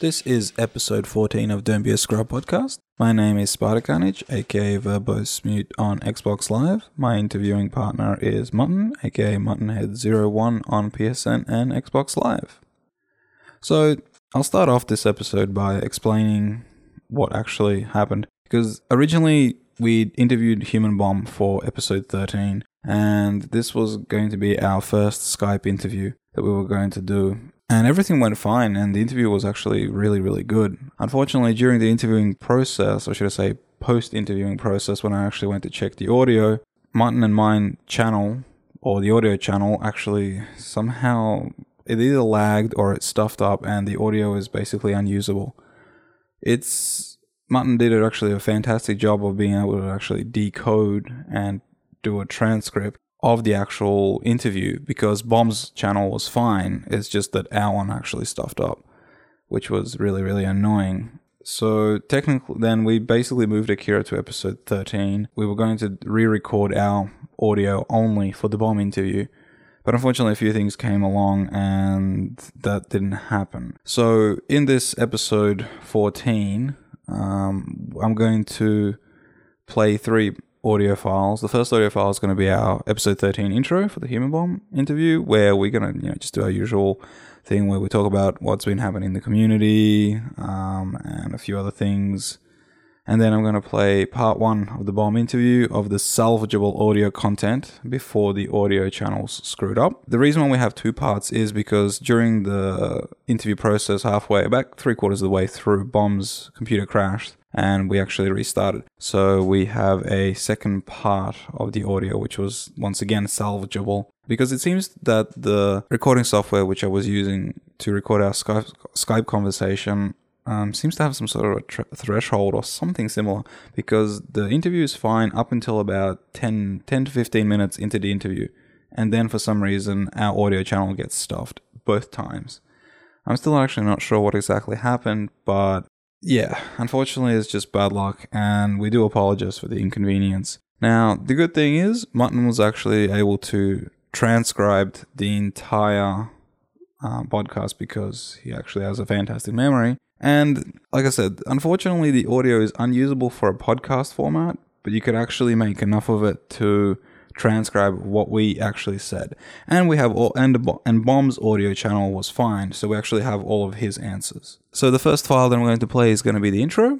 This is episode 14 of Don't Be a Scrub podcast. My name is Spider Carnage, aka Verbose Mute on Xbox Live. My interviewing partner is Mutton, aka Muttonhead01 on PSN and Xbox Live. So, I'll start off this episode by explaining what actually happened. Because originally, we interviewed Human Bomb for episode 13, and this was going to be our first Skype interview that we were going to do. And everything went fine, and the interview was actually really, really good. Unfortunately, during the interviewing process, or should I say, post interviewing process, when I actually went to check the audio, Martin and mine channel, or the audio channel, actually somehow it either lagged or it stuffed up, and the audio is basically unusable. It's Martin did actually a fantastic job of being able to actually decode and do a transcript of the actual interview because Bomb's channel was fine. It's just that our one actually stuffed up, which was really, really annoying. So technically, then we basically moved Akira to episode 13. We were going to re record our audio only for the Bomb interview. But unfortunately, a few things came along and that didn't happen. So, in this episode 14, um, I'm going to play three audio files. The first audio file is going to be our episode 13 intro for the Human Bomb interview, where we're going to you know just do our usual thing where we talk about what's been happening in the community um, and a few other things. And then I'm going to play part one of the bomb interview of the salvageable audio content before the audio channels screwed up. The reason why we have two parts is because during the interview process, halfway, about three quarters of the way through, Bomb's computer crashed and we actually restarted. So we have a second part of the audio, which was once again salvageable. Because it seems that the recording software which I was using to record our Skype, Skype conversation um, seems to have some sort of a tr- threshold or something similar because the interview is fine up until about 10, 10 to 15 minutes into the interview. And then for some reason, our audio channel gets stuffed both times. I'm still actually not sure what exactly happened, but yeah, unfortunately, it's just bad luck, and we do apologize for the inconvenience. Now, the good thing is, Mutton was actually able to transcribe the entire uh, podcast because he actually has a fantastic memory. And like I said, unfortunately, the audio is unusable for a podcast format, but you could actually make enough of it to transcribe what we actually said. And we have all, and and Bomb's audio channel was fine, so we actually have all of his answers. So the first file that I'm going to play is going to be the intro.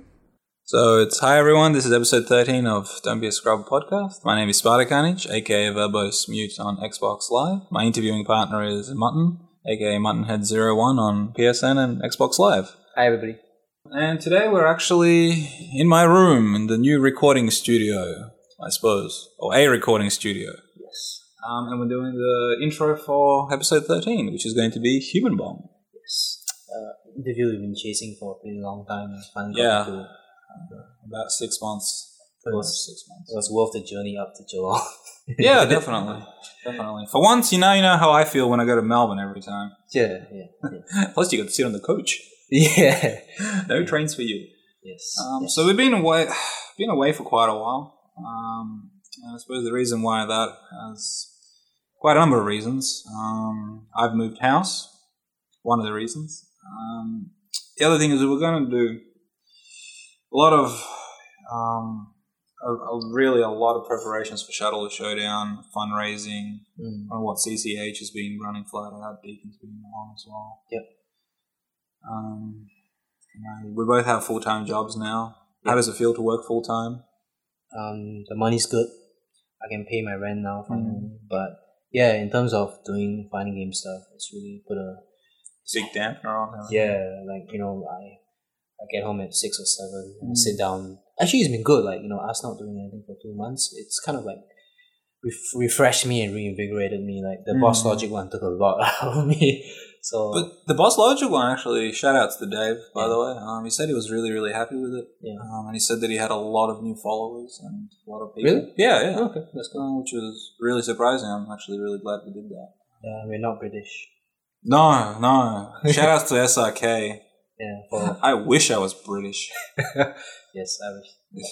So it's hi everyone. This is episode 13 of Don't Be a Scrub podcast. My name is Sparta Carnage, aka Verbose Mute on Xbox Live. My interviewing partner is Mutton, aka Muttonhead01 on PSN and Xbox Live. Hi, everybody. And today we're actually in my room in the new recording studio, I suppose, or a recording studio. Yes. Um, and we're doing the intro for episode 13, which is going to be Human Bomb. Yes. Uh, interview we've been chasing for a pretty long time. and Finally, Yeah. got to do it. About six months. It was, Six months. it was worth the journey up to Geelong. Yeah, definitely. Definitely. For once, you know, you know how I feel when I go to Melbourne every time. yeah, yeah, Plus, you got to sit on the coach. yeah. No trains for you. Yes. Um, yes. So we've been away, been away for quite a while. Um, and I suppose the reason why that has quite a number of reasons. Um, I've moved house. One of the reasons. Um, the other thing is that we're going to do a lot of, um, a, a- really a lot of preparations for Shuttle Showdown, fundraising, Mm. on Oh, what CCH has been running flat out. Beacon's been on as well. Yep. Um, you know, we both have full time jobs now. How Yep. does it feel to work full time? Um, the money's good. I can pay my rent now, Mm. finally. But yeah, in terms of doing fighting game stuff, it's really put a Big dampener Oh, on everything. Yeah, like you know, I I get home at six or seven and I Mm. sit down. Actually, it's been good. Like you know, us not doing anything for two months, it's kind of like ref- refreshed me and reinvigorated me. Like the boss Mm. logic one took a lot out of me. So But the Boss Logic one actually, shout outs to Dave, by Yeah. the way. Um, he said he was really, really happy with it. yeah, Um, and he said that he had a lot of new followers and a lot of people. Really? Oh, Yeah, yeah. okay, that's good. Um, which was really surprising. I'm actually really glad we did that. Yeah, we're not British. No, no. Shout outs to SRK. Yeah, for I wish I was British. yes, I wish.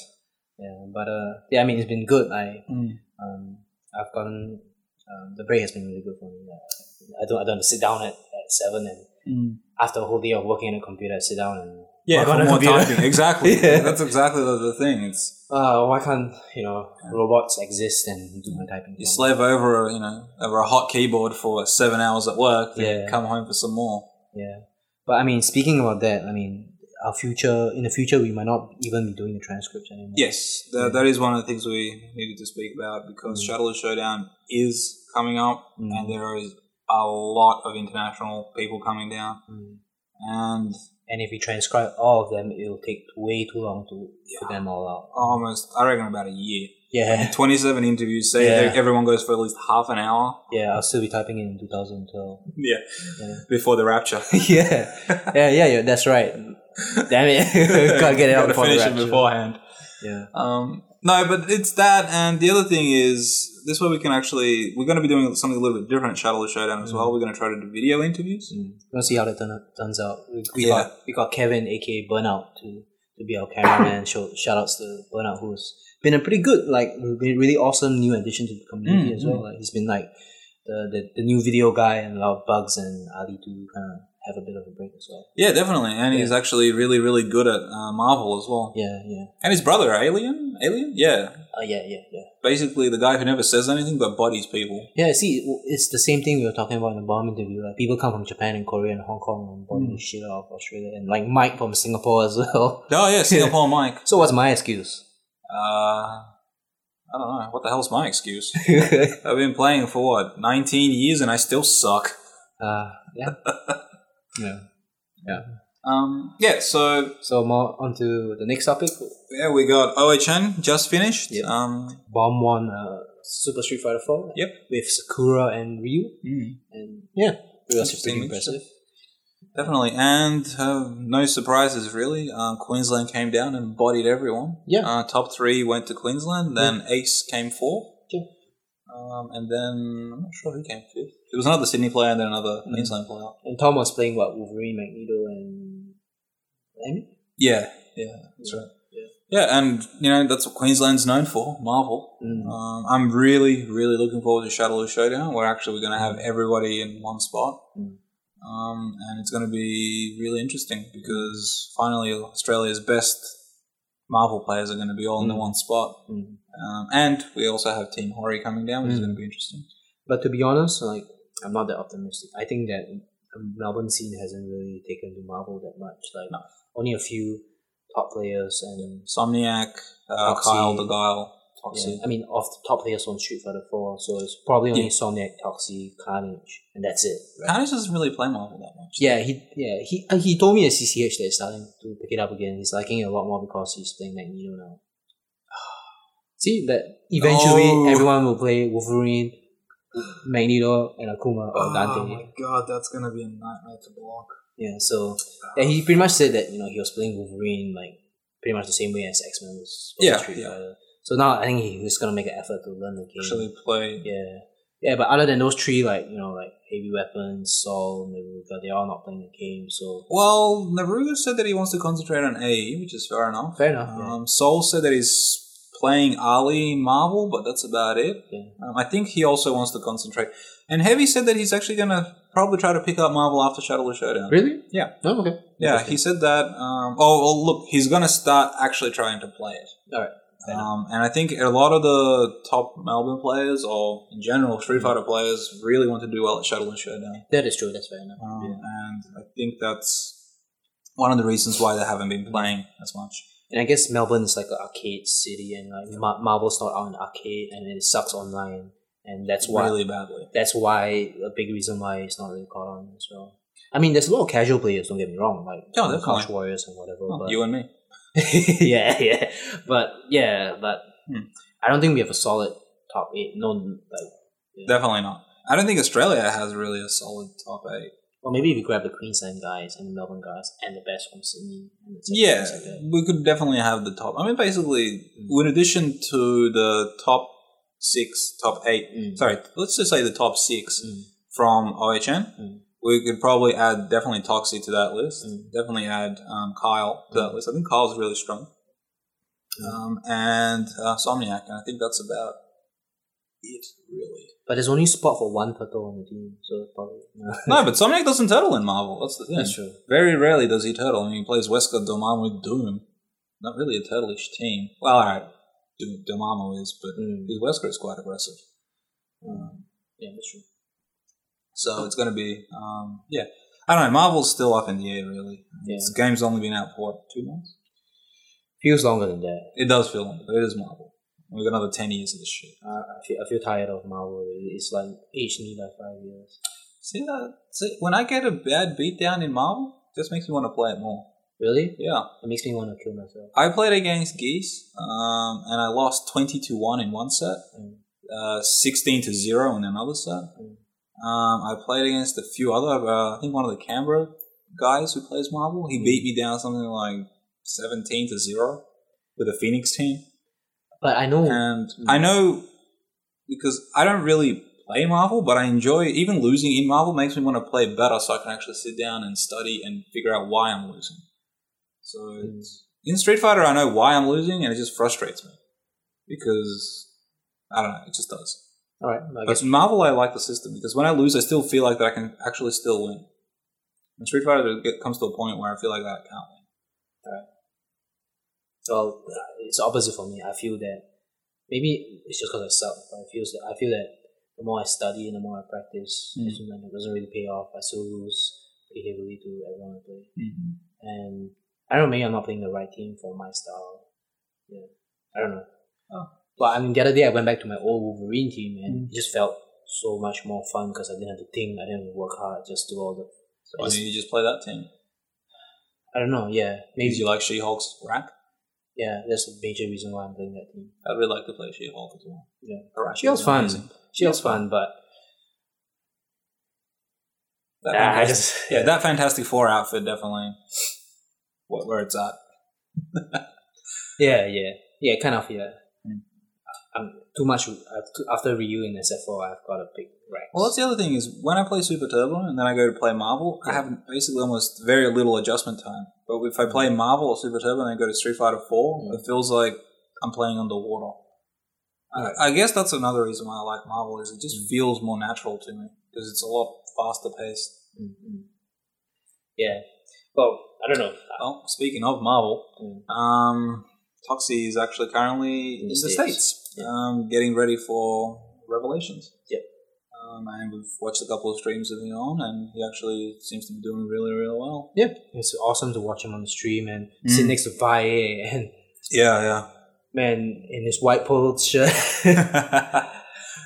Yeah, but uh, yeah, I mean, it's been good. I Mm. um, I've gotten um, the break has been really good for me. Uh, I don't I don't have to sit down at, at seven and Mm. after a whole day of working at a computer, I sit down and Yeah, work on for a more computer. typing. Exactly. Yeah. That's exactly the, the thing. It's Uh, why can't you know robots exist and do my typing? you for me? slave over a, you know over a hot keyboard for seven hours at work, then Yeah. Mm. come home for some more. Yeah, but I mean, speaking about that, I mean, our future in the future we might not even be doing the transcripts anymore. Yes, that, that is one of the things we needed to speak about because Mm. Shuttle Showdown is coming up, Mm. and there is a lot of international people coming down, Mm. and And if we transcribe all of them, it'll take way too long to put them all out. almost I reckon about a year. Yeah, Twenty-seven interviews. Say Yeah. that everyone goes for at least half an hour. yeah, I'll still be typing in 2012. Yeah, Yeah. before the rapture. yeah. yeah, yeah, yeah, that's right. Damn it. Can't get it out Gotta before the finish it rapture. beforehand. Yeah. Um, no, but it's that, and the other thing is this way we can actually we're going to be doing something a little bit different at Shuttle Showdown as Mm. well. We're going to try to do video interviews. Mm. We'll see how that turn, turns out. We, we, Yeah. got, we got Kevin, aka Burnout, to, to be our cameraman. Shout, shout outs to Burnout, who's been a pretty good, like, re- really awesome new addition to the community Mm, as well. Like, he's been like the, the, the new video guy and allowed Bugs and Ali to kind of have a bit of a break as well. Yeah, definitely, and he's actually really, really good at uh, Marvel as well. Yeah, yeah. And his brother, Alien, Alien, yeah, Uh, yeah, yeah, yeah. basically the guy who never says anything but bodies people. Yeah, see, it- it's the same thing we were talking about in the bomb interview. Like people come from Japan and Korea and Hong Kong and bomb the shit out of Australia, and like Mike from Singapore as well. Oh yeah, Singapore Mike. So what's my excuse? Uh, I don't know what the hell's my excuse. uh, I've been playing for what nineteen years, and I still suck. yeah, yeah. Um, yeah, so So more onto the next topic. Yeah, we got OHN just finished. Yep. Um, Bomb won uh, Super Street Fighter Four. Yep. with Sakura and Ryu, Mm. and yeah, it was Interesting pretty mixture. impressive. Definitely, and uh, no surprises really. Uh, Queensland came down and bodied everyone. Yeah. Uh, top three went to Queensland. Then Ace came fourth. Yeah. Um, and then I'm not sure who came fifth. It was another Sydney player and then another Mm. Queensland player. And Tom was playing what Wolverine, Magneto, and Amy. Yeah, yeah, that's right. Yeah. Yeah, and you know that's what Queensland's known for, Marvel. Mm. Um, I'm really, really looking forward to Shuttle Showdown. We're actually going to have everybody in one spot, Mm. um, and it's going to be really interesting because finally Australia's best Marvel players are going to be all in the Mm. one spot, Mm. um, and we also have Team Hori coming down, which is Mm. going to be interesting. But to be honest, like I'm not that optimistic. I think that Melbourne scene hasn't really taken to Marvel that much. Like No. only a few top players and Somniac, uh, Foxy. Kyle the Guile, yeah, Foxy. I mean off the top players on Street Fighter Four, so it's probably only Yeah. Somniac, Toxie, Carnage, and that's it. Right? Carnage doesn't really play Marvel that much. Yeah, he yeah he uh, he told me at CCH that he's starting to pick it up again. He's liking it a lot more because he's playing Magneto now. See that eventually No. everyone will play Wolverine, Magneto, and Akuma or Dante. Oh my god, that's gonna be a nightmare to block. Yeah, so yeah, he pretty much said that you know he was playing Wolverine like pretty much the same way as X Men was. was Yeah, Street yeah. Fighter. So now I think he was gonna make an effort to learn the game. Actually, play. Yeah, yeah, but other than those three, like you know, like heavy weapons, Saul, Naruka, they're all not playing the game. So Well, Naruto said that he wants to concentrate on AE, which is fair enough. fair enough. yeah. Um, Soul said that he's playing Ali in Marvel, but that's about it. Yeah. Um, I think he also wants to concentrate. And Heavy said that he's actually gonna probably try to pick up Marvel after Shadow of the Showdown. Really? Yeah. Oh, okay. Yeah, he said that. Um, oh, well, look, he's gonna start actually trying to play it. All right. Fair enough. Um, and I think a lot of the top Melbourne players, or in general Street Fighter players, really want to do well at Shuttle and Showdown. That is true. That's fair enough. Um, Yeah. And I think that's one of the reasons why they haven't been playing as much. And I guess Melbourne is like an arcade city, and like Mar- Marvel's not on arcade, and it sucks online, and that's why Really badly. that's why a big reason why it's not really caught on as well. I mean, there's a lot of casual players. Don't get me wrong, like Yeah, the definitely. couch warriors and whatever. Oh, but you and me. yeah, yeah, but yeah, but Hmm. I don't think we have a solid top eight. No, like Definitely not. I don't think Australia has really a solid top eight. well, maybe if you grab the Queensland guys and the Melbourne guys and the best from Sydney. And the yeah, Like that. we could definitely have the top. I mean, basically, Mm. in addition to the top six, top eight, Mm, sorry, let's just say the top six mm, from OHN, Mm. we could probably add definitely Toxie to that list. Mm. Definitely add um, Kyle to that Mm. list. I think Kyle's really strong. Mm. Um, and uh, Somniac, and I think that's about it really. But there's only spot for one turtle on the team, so probably. No. Mm. No, but Somniac doesn't turtle in Marvel. That's the thing. That's true. Very rarely does he turtle. I mean, he plays Wesker Dormammu Doom. Not really a turtleish team. Well, all right, Doom, Dormammu is, but Mm. his Wesker is quite aggressive. Mm. Yeah, that's true. So it's going to be, um, yeah. I don't know. Marvel's still up in the air, really. Yeah. This game's only been out for what, two months. Feels longer than that. It does feel long, but it is Marvel. We've got another ten years of this shit. I, I, feel, I feel tired of Marvel. It's like aged me by five years. See that? See, when I get a bad beatdown in Marvel, it just makes me want to play it more. Really? Yeah. It makes me want to kill myself. I played against Geese, um, and I lost 20 to 1 in one set, Mm. uh, 16 to 0 in another set. Mm. Um, I played against a few other, uh, I think one of the Canberra guys who plays Marvel. He beat me down something like 17 to 0 with a Phoenix team. But I know. And I know because I don't really play Marvel, but I enjoy even losing in Marvel makes me want to play better so I can actually sit down and study and figure out why I'm losing. So Hmm. it's, in Street Fighter, I know why I'm losing and it just frustrates me because I don't know, it just does. all right. I But guess in Marvel, I like the system because when I lose, I still feel like that I can actually still win. In Street Fighter, it comes to a point where I feel like that I can't win. well, uh, it's opposite for me. I feel that maybe it's just because I suck, but I feel that I feel that the more I study and the more I practice, Mm. it doesn't matter, it doesn't really pay off. I still lose pretty heavily to everyone I play, and I don't know. Maybe I'm not playing the right team for my style. Yeah, I don't know. Oh. Mm. But I mean, the other day I went back to my old Wolverine team, and it just felt so much more fun because I didn't have to think. I didn't work hard. Just do all the. So I, why just- don't you just play that team? I don't know. Yeah, Maybe maybe. you like She Hulk's rap. Yeah, that's the major reason why I'm playing that team. I'd really like to play She Hulk as well. Yeah. Alright, She was fun. amazing. She was fun, but That Ah, I Fantastic- just yeah, that Fantastic Four outfit definitely what, where it's at. yeah, yeah, yeah, kind of yeah. Mm. I'm too much I've too- after Ryu in SF4. I've got a big Rex. Well, that's the other thing is when I play Super Turbo and then I go to play Marvel, I have basically almost very little adjustment time. But if I play Marvel or Super Turbo and then go to Street Fighter 4, Mm. it feels like I'm playing underwater. Right. Mm. I, I guess that's another reason why I like Marvel is it just feels more natural to me because it's a lot faster paced. Mm, mm. yeah. Well, I don't know. Well, Oh, speaking of Marvel, Mm. um, Toxie is actually currently in the, States, Yeah. um, getting ready for Revelations. Yep. Um, and we've watched a couple of streams of him on, and he actually seems to be doing really, really well. Yeah, it's awesome to watch him on the stream and Mm. sit next to Vi and Yeah, yeah. man in his white polo shirt.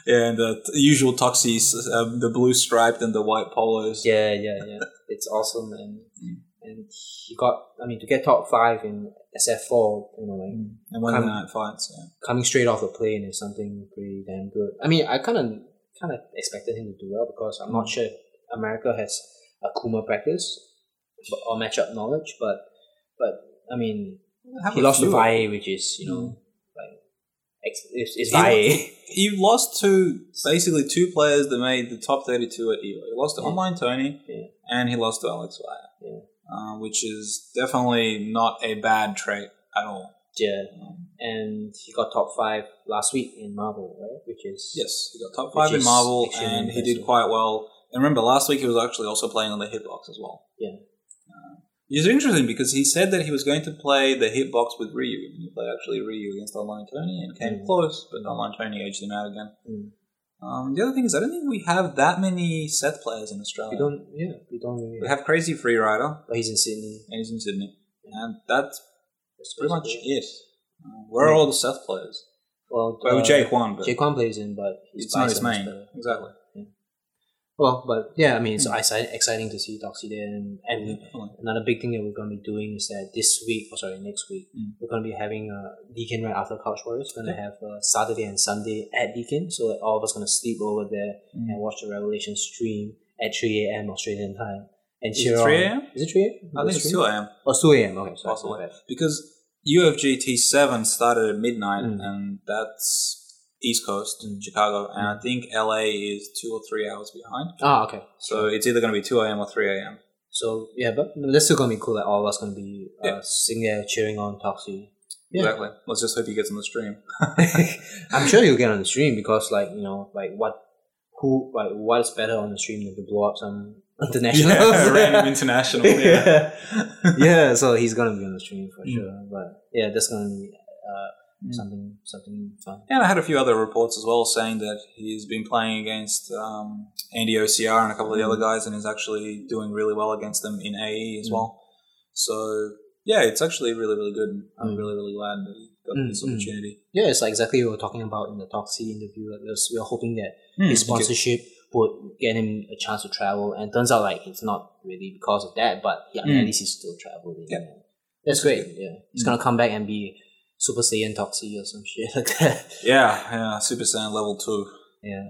yeah, and the t- usual Toxies, um, the blue striped and the white polos. yeah, yeah, yeah. It's awesome and Mm. and he got. I mean, to get top five in SF4, you know, like. Mm. And Wednesday Come- night fights, yeah. coming straight off the plane is something pretty damn good. I mean, I kind of kind of expected him to do well because I'm not sure if America has a Kuma practice but, or matchup knowledge, but but I mean, I have he a lost to Mm. few. Vae, which is you know like ex- it's, it's He- Vae. He lost to basically two players that made the top 32 at EVO. He lost to Yeah. Online Tony, Yeah. and he lost to Alex Wire, Yeah. uh, which is definitely not a bad trait at all. Um, yeah, and he got top five last week in Marvel, right? Which is Yes, he got top Which five in is Marvel, extremely and he impressive. did quite well. And remember, last week he was actually also playing on the hitbox as well. Yeah. Uh, it's interesting because he said that he was going to play the hitbox with Ryu, and he played actually Ryu against Online Tony and came Mm. close, but Online Tony edged him out again. Mm. Um, the other thing is, I don't think we have that many set players in Australia. we don't yeah we don't really We have Crazy Free Rider, but he's in Sydney. and he's in Sydney, and that's That's pretty much basically it. it. Uh, where are all the Seth players? Well, Well, uh, Jake won, but Jaquan plays in, but it's not his bicep is main. better. Exactly. Hmm. Well, but yeah, I mean, it's exci- exciting to see Doxy there. And, and Definitely. another big thing that we're going to be doing is that this week, or sorry, next week, Mm. we're going to be having a Deacon right after Couch Warriors. We're going to have uh, Saturday and Sunday at Deacon, so that all of us going to sleep over there and watch the Revelation stream at 3 a.m. Australian time. And Is it cheer on- 3 a.m.? Is it 3 a.m.? I think it's 2 a.m. Oh, it's 2 a.m. Okay, sorry. Possibly. my bad. because UFGT seven started at midnight, Mm. and that's East Coast in Mm. Chicago, and I think LA is two or three hours behind. Ah, okay. So it's either going to be two a.m. or three a.m. So yeah, but that's still gonna be cool. That all of us gonna be uh, Yeah. sitting there cheering on Toxie. Yeah. Exactly. Let's just hope he gets on the stream. I'm sure you'll get on the stream because, like, you know, like what, who, like, what is better on the stream than to blow up some international? yeah, random international. Yeah. yeah, so he's gonna be on the stream for Mm. sure. But yeah, that's gonna be uh, Mm. something something fun. And I had a few other reports as well saying that he's been playing against um, Andy OCR and a couple of the other guys, and is actually doing really well against them in AE as Mm. well. So yeah, it's actually really really good. and I'm Mm. really really glad that he got Mm, this mm. opportunity. Yeah, it's like exactly what we were talking about in the Toxie interview. Like, we was- we were hoping that his Because- sponsorship would get him a chance to travel, and turns out like it's not really because of that. But yeah, Mm. at least he's still traveling. Yeah. that's great. Yeah, he's Mm. gonna come back and be Super Saiyan Toxie or some shit like that. Yeah, yeah, Super Saiyan level two, Yeah,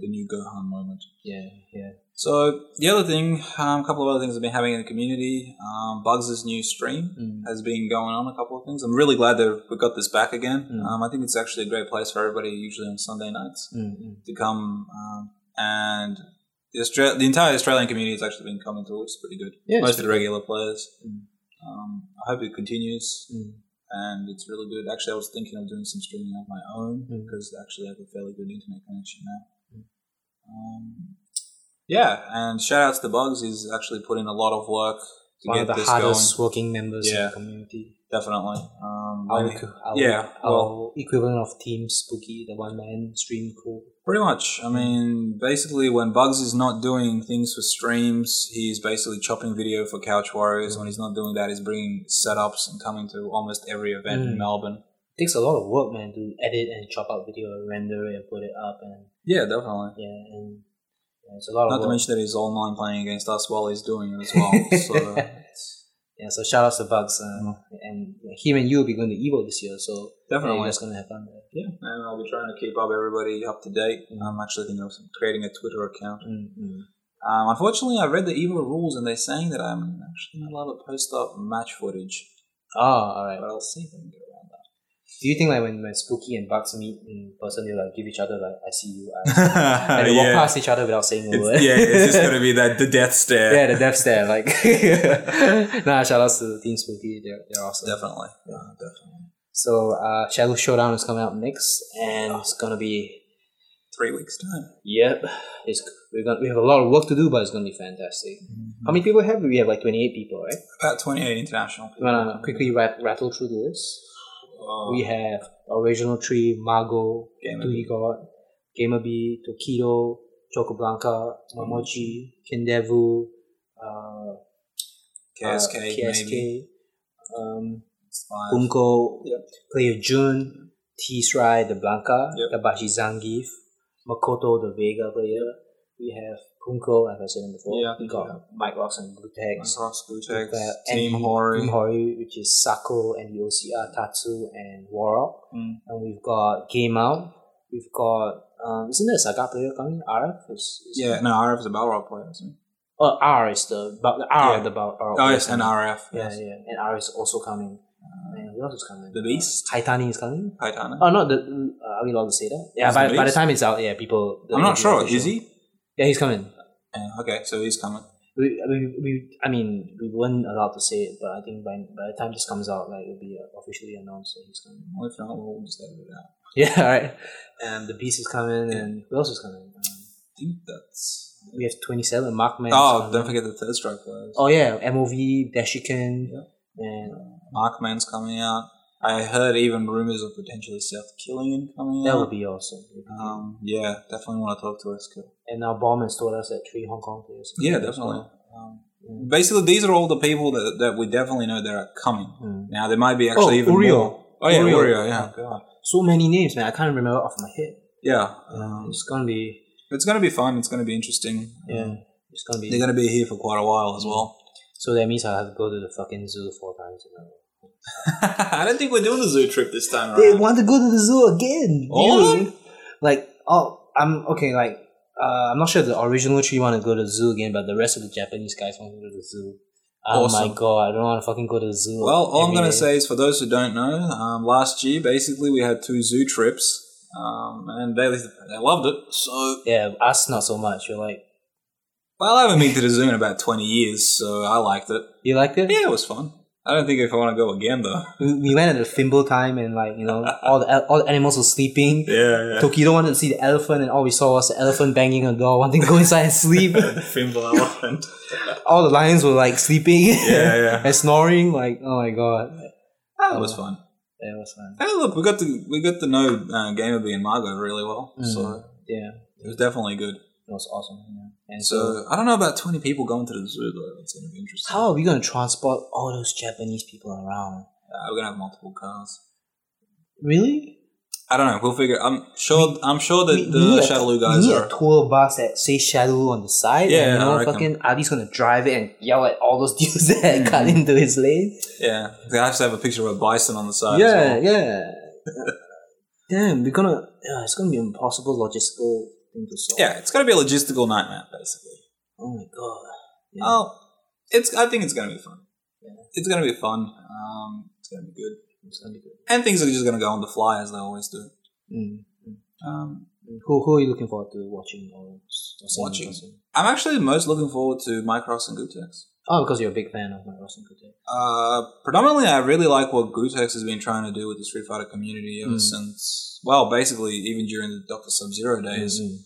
the new Gohan moment. yeah, yeah. So the other thing, um, a couple of other things I've been having in the community, um, Bugs' new stream Mm. has been going on a couple of things. I'm really glad that we got this back again. Mm. Um, I think it's actually a great place for everybody, usually on Sunday nights. Mm, mm. to come, um, and the, Austra- the entire Australian community has actually been coming through, which is pretty good. Yeah, it's Most of the regular players. Mm. Um, I hope it continues, Mm. and it's really good. Actually, I was thinking of doing some streaming of my own Mm. because I actually have a fairly good internet connection now. Mm. Um, yeah, and shout outs to Bugs. He's actually put in a lot of work to One get of the this hardest going. working members Yeah. in the community. Definitely. Um, our, when he- equi- our, yeah, our well- equivalent of Team Spooky, the one man stream crew. Pretty much. I mean, basically, when Bugs is not doing things for streams, he's basically chopping video for Couch Warriors. When he's not doing that, he's bringing setups and coming to almost every event in Mm. Melbourne. takes a lot of work, man, to edit and chop out video, render it, and put it up, and Yeah, definitely. yeah, and yeah, it's a lot Not of to work. mention that he's online playing against us while he's doing it as well. so uh, Mm-hmm. it's- yeah, so shout out to Bugs, uh, and him and you will be going to Evo this year, so yeah, you definitely. guys gonna have fun there. Yeah, and I'll be trying to keep up everybody up to date. Hmm. I'm actually thinking of creating a Twitter account. Mm-hmm. Um, unfortunately, I read the evil rules and they're saying that I'm actually not allowed to post up match footage. Oh, all right. But I'll see if I can get around that. Do you think like when, when Spooky and Bugs meet in person, they like give each other like I see you, I and they walk Yeah. past each other without saying a word? It's, yeah, it's just gonna be that the death stare. yeah, the death stare. Like, nah, shout outs to Team Spooky. They're, they're awesome. definitely, yeah, definitely. So, uh, Shadow Showdown is coming out next, and it's gonna be. Three weeks time. Yep, it's we're gonna we have a lot of work to do, but it's gonna be fantastic. How many people have we? We have like twenty eight people, right? About twenty-eight international. You wanna quickly rat- rattle through the list? Oh, We have original tree, Mago, Gamer Tui God, Gamer B, Tokido, Chocoblanca, Momochi, Kendevu, uh, KSK, uh, KSK, maybe. um, It's five. Bunko, Yep. Player Jun, T Sry the Blanca, Yep. Tabashi Zangief, Makoto the Vega player. We have Punko, as I said before. Yeah, I we think got we Mike Rocks and Blue Tags. Microsoft Screwtex, Uh, Team and Hori. Team Hori, which is Sako and the OCR, Tatsu and Warrock. Mm. And we've got Game Out. We've got, um, isn't there a Saga player coming? RF? Is, is Yeah, no, RF's a Balrog player, isn't he? Oh, R is the, but the R Yeah. the about. Oh, yes, and RF. Yeah, yes. Uh, yeah. And R is also coming. and who else is coming? The Beast? Titani is coming. Kaitana. Oh, no, the, uh, are we allowed to say that? Yeah, Is by, the by the beast? time it's out, yeah, people. the- I'm not the sure. official- Is he? Yeah, he's coming. Yeah, okay, so he's coming. We, we, we, I mean, we weren't allowed to say it, but I think by, by the time this comes out, like it'll be uh, officially announced that he's coming. Well, if not, we'll just edit it out. Yeah, all right. And the beast is coming, and who else is coming? Um, I think that's. we have twenty seven Markman. is Oh, coming. don't forget the third strike players. Oh yeah, MOV Dashiken, Yeah. and Markman's coming out. I heard even rumors of potentially South Killian coming that out. would be awesome. Um, yeah, definitely want to talk to Eskill. and now Ballman's told us that three Hong Kong players. are Yeah, coming as definitely. well. Um, basically, these are all the people that, that we definitely know that are coming. Mm. Now, there might be actually Oh, even Urio. more. Oh, yeah, Urio. Urio, yeah. Oh, God. So many names, man. I can't remember off my head. Yeah. Um, Um, it's gonna be it's going to be fun. It's going to be interesting. Yeah, Um, it's gonna be. they're going to be here for quite a while as well. so that means I have to go to the fucking zoo four times in a row. I don't think we're doing a zoo trip this time around. They want to go to the zoo again. All of dude. Like, oh, I'm okay. Like, uh, I'm not sure the original three want to go to the zoo again, but the rest of the Japanese guys want to go to the zoo. Oh Awesome. my god, I don't want to fucking go to the zoo. Well, all I'm every going to day. say is for those who don't know, um, last year basically we had two zoo trips. Um, and they, they loved it. So, yeah, us not so much. You're like, well, I haven't been to the zoo in about 20 years, so I liked it. you liked it? Yeah, it was fun. I don't think if I want to go again though. We, we went at the thimble time and like you know all the el- all the animals were sleeping. Yeah, Tokido wanted to see the elephant, and all we saw was the elephant banging on the door, wanting to go inside and sleep. yeah. Fimble elephant. all the lions were like sleeping Yeah, yeah. and snoring. Like oh my god, That was fun. that was fun. Hey, look, we got to we got to know uh, Gamerby and Margot really well, Mm. so Yeah, it was definitely good. it was awesome. Yeah. And so, So I don't know about twenty people going to the zoo though. That's gonna be interesting. how are we gonna transport all those Japanese people around? Uh, we're gonna have multiple cars. Really? I don't know. We'll figure. I'm sure. I'm sure that We- we the need a- Shadaloo we guys need are. a tour bus that says Shadaloo on the side. Yeah, and, you I know, reckon. Mm-hmm. fucking Adi's gonna drive it and yell at all those dudes that cut into his lane. yeah, they have to have a picture of a bison on the side. yeah, as well. yeah. Damn, we're gonna. Yeah, it's gonna be an impossible logistical thing to solve. yeah. It's gonna be a logistical nightmare, basically. Oh my god. Yeah. Oh, it's. I think it's gonna be fun. It's gonna be fun. Um, it's gonna be good. It's gonna be good. And things are just gonna go on the fly as they always do. Mm. Um, Who who are you looking forward to watching or, s- or seeing Watching. in person? I'm actually most looking forward to Microsoft and Gutex. Oh, because you're a big fan of my Ross and Kutek. Uh, predominantly, I really like what Gutex has been trying to do with the Street Fighter community ever Mm. since, well, basically, even during the Dr. Sub Zero days. Mm.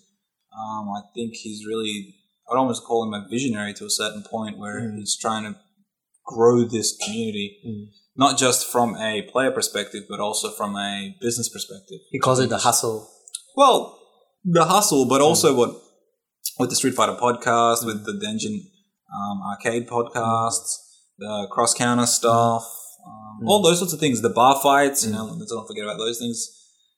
Um, I think he's really, I'd almost call him a visionary to a certain point where Mm. he's trying to grow this community, Mm. not just from a player perspective, but also from a business perspective. He calls it the hustle. Well, the hustle, but Mm. also what with the Street Fighter podcast, with the Dungeon um, arcade podcasts, the cross counter stuff, um, Mm. all those sorts of things. The bar fights, you Mm. know, let's not forget about those things.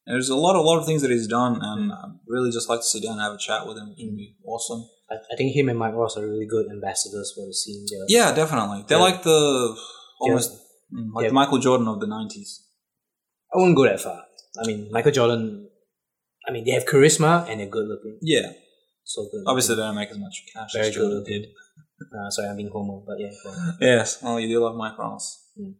There's a lot, a lot of things that he's done, Mm. and I really just like to sit down and have a chat with him. It would be awesome. I, I think him and Mike Ross are really good ambassadors for the scene. There. Yeah, definitely. They're Yeah. like the almost mm, like Yeah. the Michael Jordan of the '90s. I wouldn't go that far. I mean, Michael Jordan. I mean, they have charisma and they're good looking. Yeah, So good. obviously they don't make as much cash very as good Jordan did. looking. Uh, sorry, I'm being homo, but yeah. go on. Yes, well, you do love Mike Ross. Mm.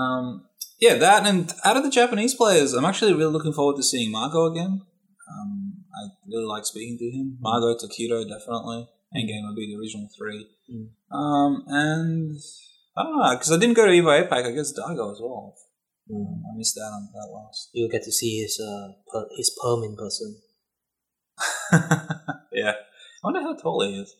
Um, yeah, that and out of the Japanese players, I'm actually really looking forward to seeing Margo again. Um, I really like speaking to Mm. him. Margo, Takedo, definitely, and Game would be the original three. Mm. Um, and I don't know because I didn't go to Evo APAC. I guess Daigo as well. Mm. I missed out on that last. You'll get to see his uh per- his perm in person. yeah, I wonder how tall he is.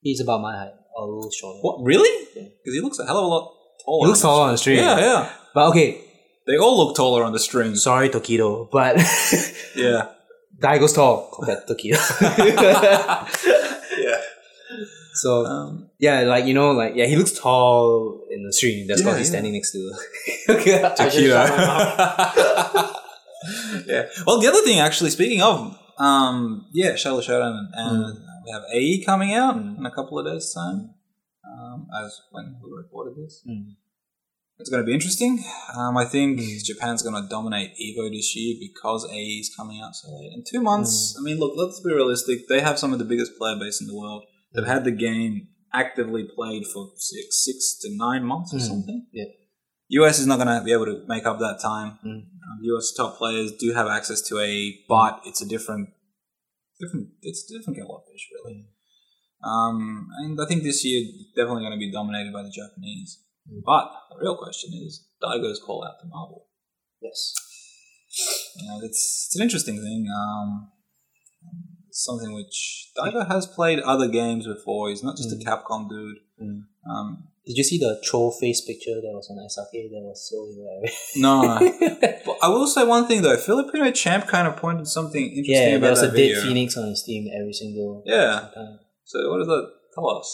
He's about my height, or a little shorter. What really? Yeah. Because he looks a hell of a lot taller. He looks on taller on the the street. stream. Yeah, yeah. But okay, They all look taller on the stream. sorry Tokido, but Yeah. Daigo's tall compared to Tokido. yeah. so Um, yeah, like you know, like yeah, he looks tall in the stream. That's Yeah, what he's yeah. standing next to. okay, I just shut my mouth. yeah. Well, the other thing, actually, speaking of, um, yeah, Shadow Showdown, and and we have AE coming out Mm. in a couple of days' time, um, as when we recorded this. Mm. It's going to be interesting. Um, I think Mm. Japan's going to dominate Evo this year because AE is coming out so late. In two months, I mean, look, let's be realistic. They have some of the biggest player base in the world. They've had the game actively played for six, six to nine months or Mm. something. Yeah. US is not going to be able to make up that time. Mm. Um, US top players do have access to AE, but it's a different, different, it's a different kettle of fish, really. Um, and I think this year definitely going to be dominated by the Japanese. But the real question is Daigo's call out to Marvel. Yes. You know, it's, it's an interesting thing. Um, it's something which Daigo has played other games before. He's not just a Mm. Capcom dude. Mm. Um, Did you see the troll face picture that was on SRK? That was so hilarious. no, but I will say one thing though. Filipino champ kind of pointed something interesting yeah, about there was that a video. dead phoenix on his team every single Yeah. time. So what does that tell us?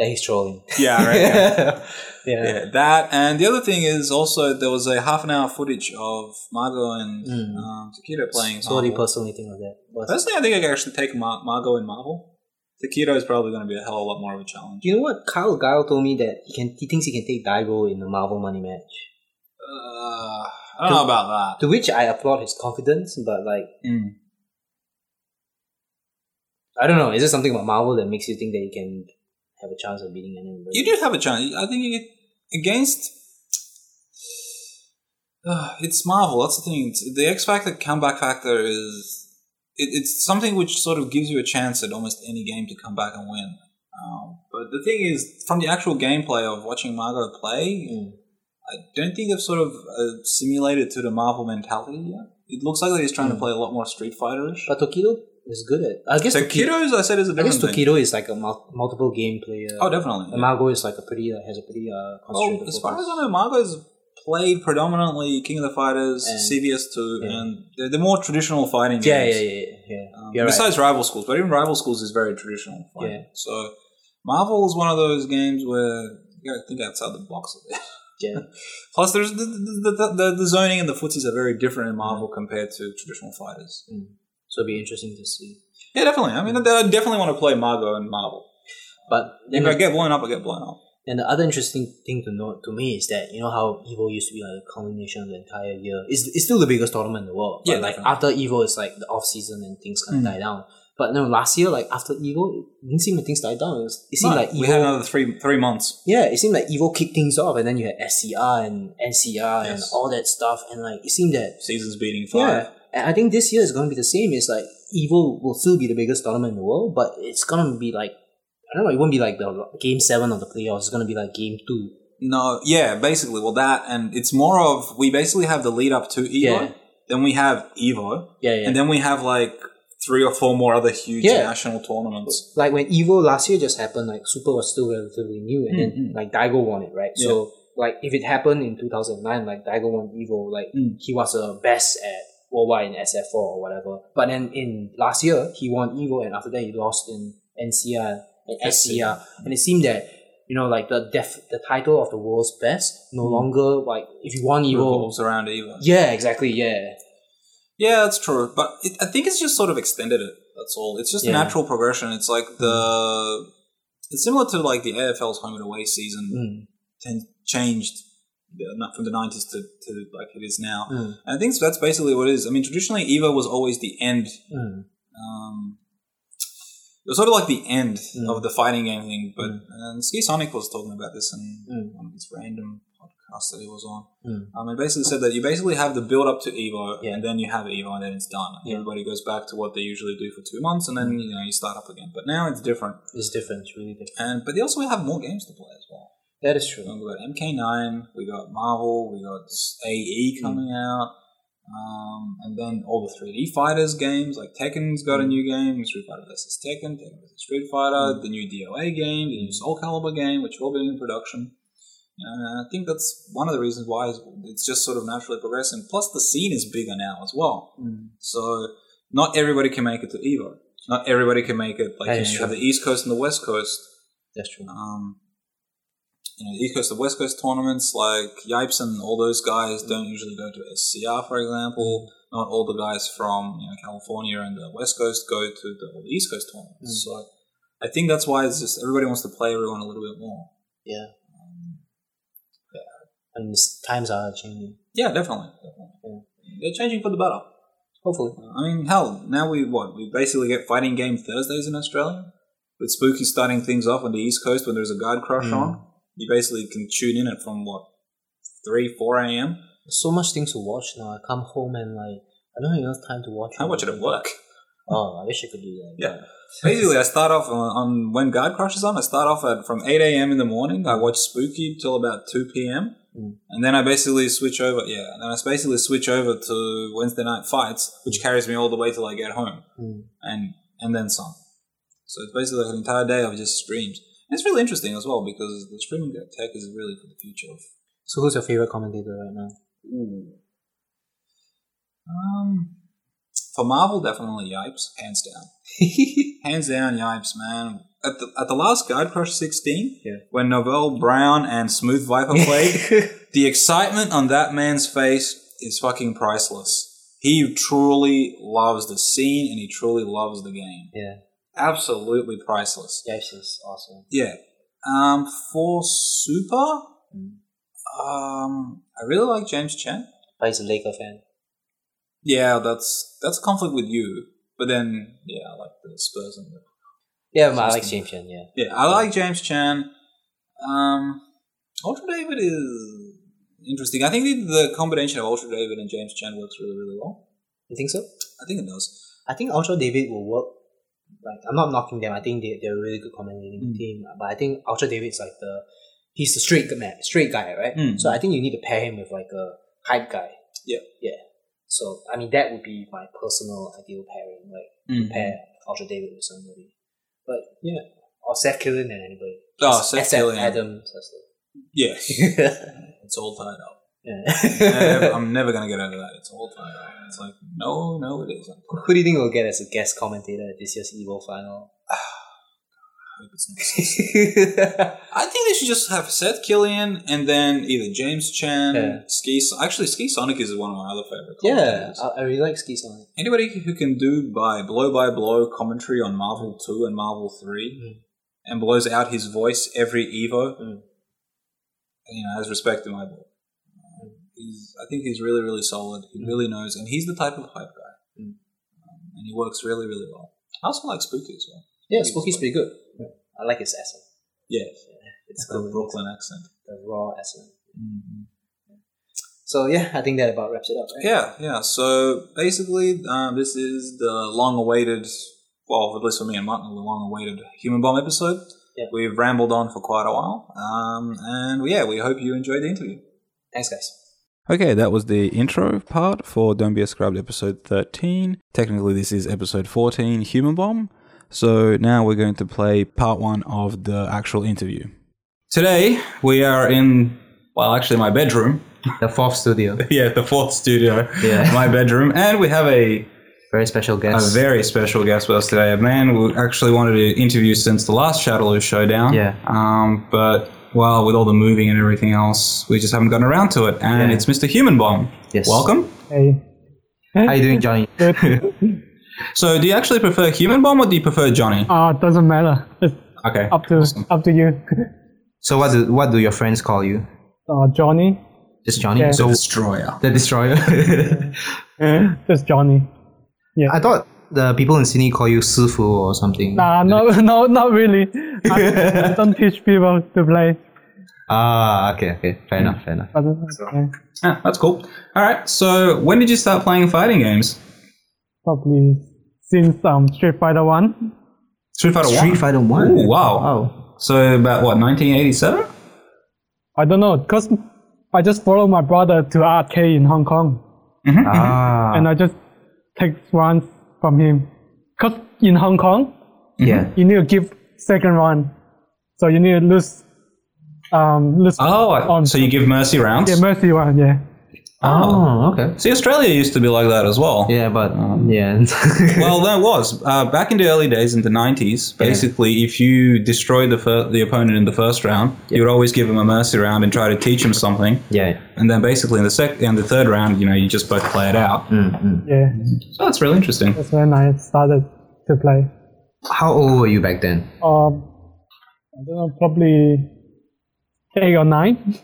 Yeah, he's trolling. Yeah, yeah. yeah, that and the other thing is also there was a half an hour footage of Margot and Mm. um, Takedo playing. So what do you Marvel. personally think of that? What's- Personally, I think I could actually take Mar- Margot and Marvel. Takedo is probably going to be a hell of a lot more of a challenge. you know what? Kyle Guile told me that he can. He thinks he can take Daigo in the Marvel Money match. Uh, I don't know about To which I applaud his confidence, but like that. Mm. I don't know. Is there something about Marvel that makes you think that you can have a chance of beating anybody? You do have a chance. I think you get against. Uh, it's Marvel. That's the thing. It's- the X Factor comeback factor is it, it's something which sort of gives you a chance at almost any game to come back and win. Um, but the thing is, from the actual gameplay of watching Margot play, Mm. I don't think they've sort of uh, simulated to the Marvel mentality yet. It looks like he's trying to Mm. play a lot more Street Fighter-ish. But Tokido is good at. I guess so kiddos, I said, is a I guess different thing. Tokido is like a mul- multiple game player. Oh, definitely. And Margo is like a pretty uh, has a pretty uh, Well, concentrated as far focus. as I know, Margo's played predominantly King of the Fighters, And- CVS2, yeah. and the, the more traditional fighting yeah, games. yeah, yeah, yeah, yeah. Um, You're right. besides rival schools, but even rival schools is very traditional. Fighting. Yeah. So Marvel is one of those games where you got to think outside the box a bit. Yeah. Plus, there's the, the, the, the, the zoning and the footsies are very different in Mm-hmm. Marvel compared to traditional fighters. Mm. So it'd be interesting to see. Yeah, definitely. I mean, Mm-hmm. I definitely want to play Margot and Marvel. But then If I get blown up, I get blown up. And the other interesting thing to note to me is that you know how Evo used to be like a culmination of the entire year. It's, it's still the biggest tournament in the world. but, Yeah, like definitely. after Evo, it's like the off season and things kind Mm. of die down. But no, last year, like after Evo, it didn't seem like things died down. It, was, it seemed No, like Evo, we had another three three months. yeah, it seemed like Evo kicked things off, and then you had SCR and NCR and Yes. all that stuff, and like it seemed that Seasons beating five. yeah, and I think this year is going to be the same. It's like Evo will still be the biggest tournament in the world, but it's gonna be like I don't know. It won't be like the game seven of the playoffs. It's gonna be like game two. No, yeah, basically. Well, that and it's more of we basically have the lead up to Evo, Yeah. then we have Evo, Yeah, yeah. and then we have like three or four more other huge Yeah. national tournaments. like when Evo last year just happened, like Super was still relatively new, and then Mm, mm. like Daigo won it, right? So like if it happened in two thousand nine, like Daigo won Evo, like Mm. he was the best at worldwide in SF four or whatever. But then in last year he won Evo, and after that he lost in NCR and SCR, and it seemed that. You know, like the def- the title of the world's best, no Mm. longer like if you won Evo, Revolves around Evo. yeah, exactly, yeah, Yeah, that's true. But it, I think it's just sort of extended it. That's all. It's just Yeah. natural progression. It's like the. It's similar to like the AFL's home and away season Mm, ten- changed the- not from the 90s to, to like it is now. mm, And I think that's basically what it is. I mean, traditionally, Evo was always the end mm. um, it was sort of like the end Mm. of the fighting game thing. But Mm. um, Ski Sonic was talking about this in Mm. one of his random podcasts that he was on. Mm. Um, it basically said that you basically have the build up to Evo, Yeah. and then you have Evo, and then it's done. Yeah. Mm. Everybody goes back to what they usually do for two months, and then you know you start up again. But now it's different. It's different, it's really different. And but they also have more games to play as well. That is true. We got MK9, we got Marvel, we got Hmm. AE coming out, um, and then all the 3D fighters games like Tekken's got a Mm. new game, Street Fighter vs Tekken, Tekken vs Street Fighter, Mm. the new DOA game, the Hmm. new Soul Calibur game, which are all been in production. Uh, I think that's one of the reasons why it's just sort of naturally progressing. Plus, the scene is bigger now as well. Mm. So not everybody can make it to Evo. Not everybody can make it. Like That you, is know, you true. have the East Coast and the West Coast That's true. um, you know, East Coast to West Coast tournaments, like Yipes and all those guys don't usually go to SCR, for example. Not all the guys from you know, California and the West Coast go to the, all the East Coast tournaments. So I think that's why it's just everybody wants to play everyone a little bit more. Yeah. Um, And this, times are changing. yeah, definitely. definitely. Yeah. They're changing for the better. Hopefully. I mean, hell, now we what? We basically get fighting game Thursdays in Australia with Spooky starting things off on the East Coast when there's a guard crush Mm. on. You basically can tune in at from what three, four a.m. There's so much things to watch now. I come home and like I don't have enough time to watch. I watch it at work. Oh, I wish I could do that. Yeah. Basically, I start off on, on when guard crush is on. I start off at from eight a.m. in the morning. I watch Spooky till about two p.m. Mm. And then I basically switch over, yeah. And then I basically switch over to Wednesday night fights, which carries me all the way till I get home. Mm. and and then some. So it's basically like an entire day of just streams. And it's really interesting as well because the streaming tech is really for the future of. So who's your favorite commentator right now? Um, for Marvel, definitely Yipes, hands down, hands down Yipes, man. At the, at the last Guard Crush 16, Yeah. when Novell Brown and Smooth Viper played, the excitement on that man's face is fucking priceless. He truly loves the scene and he truly loves the game. yeah, Absolutely priceless. Yipes is awesome. Yeah. Um, for Super, Mm. um, I really like James Chen. But he's a Laker fan. Yeah, that's that's conflict with you. But then, yeah, I like the Spurs and the, Yeah, but I like Interesting. James Chen. Yeah, yeah, I like James Chen. Um, Ultra David is interesting. I think the, the combination of Ultra David and James Chen works really, really well. you think so? I think it does. I think Ultra David will work like I'm not knocking them. I think they they're a really good commentating Mm. team. But I think Ultra David's like the he's the straight man, straight guy, right? Mm. So I think you need to pair him with like a hype guy. Yeah. yeah. So I mean, that would be my personal ideal pairing, like Hmm. pair Ultra David with somebody. But yeah, or Seth Killen and anybody. Oh, S- Seth SF Killian. Adam Tesla. Yes. It's all tied up. Never- yeah. I'm never going to get out of that. It's all tied up. It's like, no, no, it isn't. I Who do you think will get as a guest commentator at this year's Evo final? hope it's not Seth. I think they should just have Seth Killian and then either James Chen, Yeah. Ski. Actually, Ski Sonic is one of my other favorite. yeah, uh, commentators. I, I really like Ski Sonic. anybody who can do by blow by blow commentary on Marvel Two and Marvel Three, Mm. and blows out his voice every Evo, Mm. you know, has respect in my book. Um, He's, I think he's really, really solid. He Mm. really knows, and he's the type of hype guy, Mm. um, and he works really, really well. I also like Spooky as well. Yeah, Spooky's Spooky's pretty good. I like his accent. Yeah, It's the good. Brooklyn accent. The raw accent. Hmm. So yeah, I think that about wraps it up. Right? Yeah, yeah. So basically, um, this is the long-awaited, well, at least for me and Martin, the long-awaited Human Bomb episode. Yeah. We've rambled on for quite a while, um, and yeah, we hope you enjoyed the interview. Thanks, guys. Okay, that was the intro part for Don't Be a Scrubbed episode 13. Technically, this is episode 14, Human Bomb. So now we're going to play part one of the actual interview. Today, we are in, well, actually, my bedroom. The fourth studio. Yeah, the fourth studio. Yeah. My bedroom. And we have a, Very special a guest. very special guest with us today. A man we actually wanted to interview since the last Shadaloo Showdown. Yeah. Um, but, well, with all the moving and everything else, we just haven't gotten around to it. And Yeah. it's Mr. Human Bomb. Yes. Welcome. Hey, How you doing, Johnny? So, do you actually prefer Human Bomb or do you prefer Johnny? oh, it doesn't matter. It's Okay. up to up to you. So what do what do your friends call you? Uh, Johnny, Just Johnny. Yeah. So Destroyer. the destroyer. Eh? just Johnny. I thought the people in Sydney call you Sifu or something. Nah, no, no, not really. I, I don't teach people to play. Ah, okay, okay, fair enough, fair enough. But uh, it's okay. Ah, that's cool. All right. So, when did you start playing fighting games? Probably since um Street Fighter One. Street Fighter Street 1. Fighter One. Ooh, wow. Wow. So, about what, 1987? I don't know, cause I just follow my brother to arcade in Hong Kong, Ah. and I just take rounds from him. Cause in Hong Kong, yeah. you need to give second round, so you need to lose, um, lose Oh, I- On- so you give mercy rounds? yeah, mercy round, yeah. Oh, okay. See, Australia used to be like that as well. Yeah, but yeah. Well, that was uh, back in the early days in the '90s. Basically, if you destroyed the fir- the opponent in the first round, you would always give him a mercy round and try to teach him something. yeah. And then, basically, in the second and the third round, you know, you just both play it out. Mm. Yeah, So that's really interesting. that's when I started to play. How old were you back then? Um, I don't know, probably eight or nine.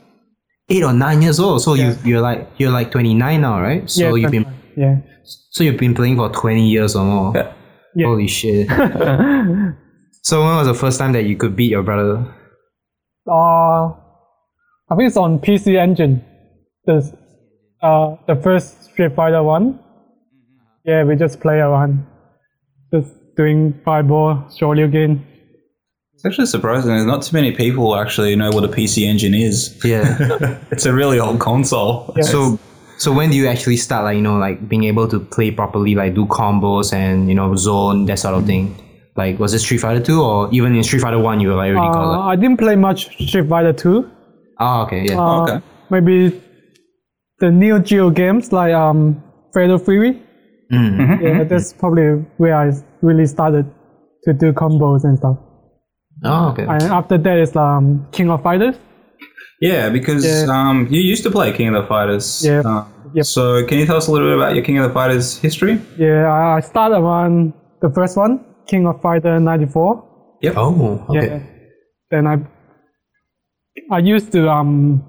Eight or nine years old. So Yeah. you you're like you're like twenty nine now, right? So yeah, you've been something like- yeah, so you've been playing for twenty years or more. Yeah. Yeah. Holy shit. so when was the first time that you could beat your brother? uh, I think it's on PC Engine. The uh, the first Street Fighter one. Mm-hmm. Yeah, we just play around, just doing fireball, shoryuken. It's actually surprising. There's not too many people actually know what a PC engine is. Yeah. It's a really old console. Yeah. so so when do you actually start like, you know, like being able to play properly, like do combos and, you know, zone, that sort of thing? Like was it Street Fighter two or even in Street Fighter one you were like already Uh, called it? I didn't play much Street Fighter two. Oh okay, yeah. Uh, Okay. Maybe the Neo Geo games like um Fatal Fury. Mm. Yeah, that's probably where I really started to do combos and stuff. Oh okay. And after that is um, King of Fighters. Yeah, because Yeah. Um, you used to play King of the Fighters. Yeah. Um, Yep. So can you tell us a little bit about your King of the Fighters history? Yeah, I- I start around the first one, King of Fighter '94. Oh, okay. Yeah. Then I, I used to um,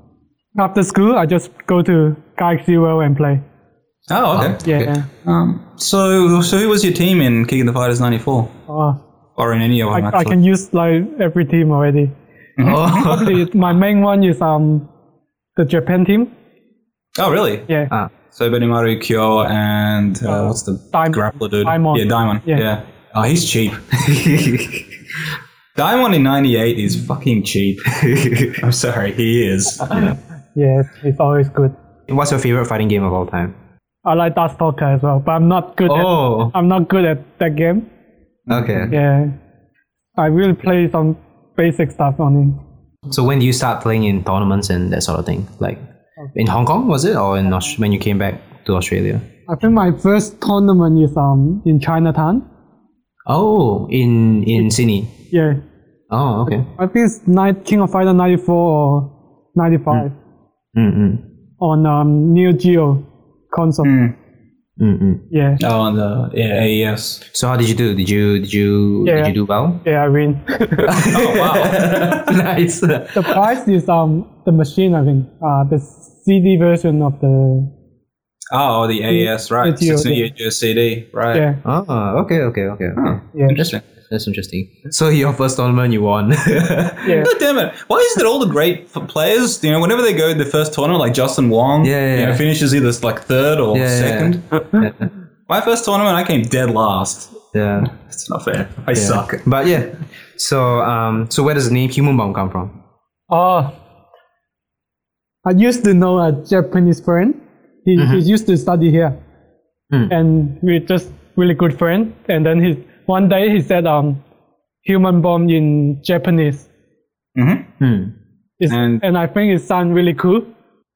after school I just go to Galaxy World and play. Oh, okay. Yeah. Okay. Um, so, so who was your team in King of the Fighters '94, Oh, Uh, or in any of them I, I actually? can use like every team already. Oh. Probably my main one is um, the Japan team. Oh, really? Yeah. Ah. So Benimaru Kyo and uh, what's the Daimon. grappler dude? Daimon. Yeah, Diamond. Yeah. Yeah. Oh, he's cheap. Daimon in 98 is fucking cheap. I'm sorry, he is. Yes, it's always good. What's your favorite fighting game of all time? I like Darkstalker as well, but I'm not good at Oh, I'm not good at that game. okay. Yeah. I really play some basic stuff only. So when do you start playing in tournaments and that sort of thing? Like in Hong Kong was it, or in Aus- when you came back to Australia? I think my first tournament is um in Chinatown. Oh, in in Sydney. Yeah. Oh, okay. I think it's night King of Fighter ninety four or ninety five Mm on um Neo Geo console. mm mm mm. Yeah. Oh, on the yeah, E AES. So how did you do? Did you did you Yeah. did you do well? Yeah, I mean nice. the price is um the machine I think. Uh the C D version of the Oh, the AES, right. It's you, 16 yeah. years CD, right. yeah. Oh, okay, okay, okay. okay. Yeah. Interesting. That's interesting. So your first tournament you won. Yeah. God damn it. Why is it all the great f- players, you know, whenever they go to the first tournament, like Justin Wong, Yeah, yeah, you know, yeah. finishes either like third or Yeah, yeah, second. My first tournament, I came dead last. yeah. It's not fair. I suck. But yeah. So um so where does the name Human Bomb come from? Oh. I used to know a Japanese friend. He, he used to study here. Hmm. And we're just really good friends. And then he, one day he said, um, human bomb in Japanese. Hmm. It's, And- and, I think it sounds really cool.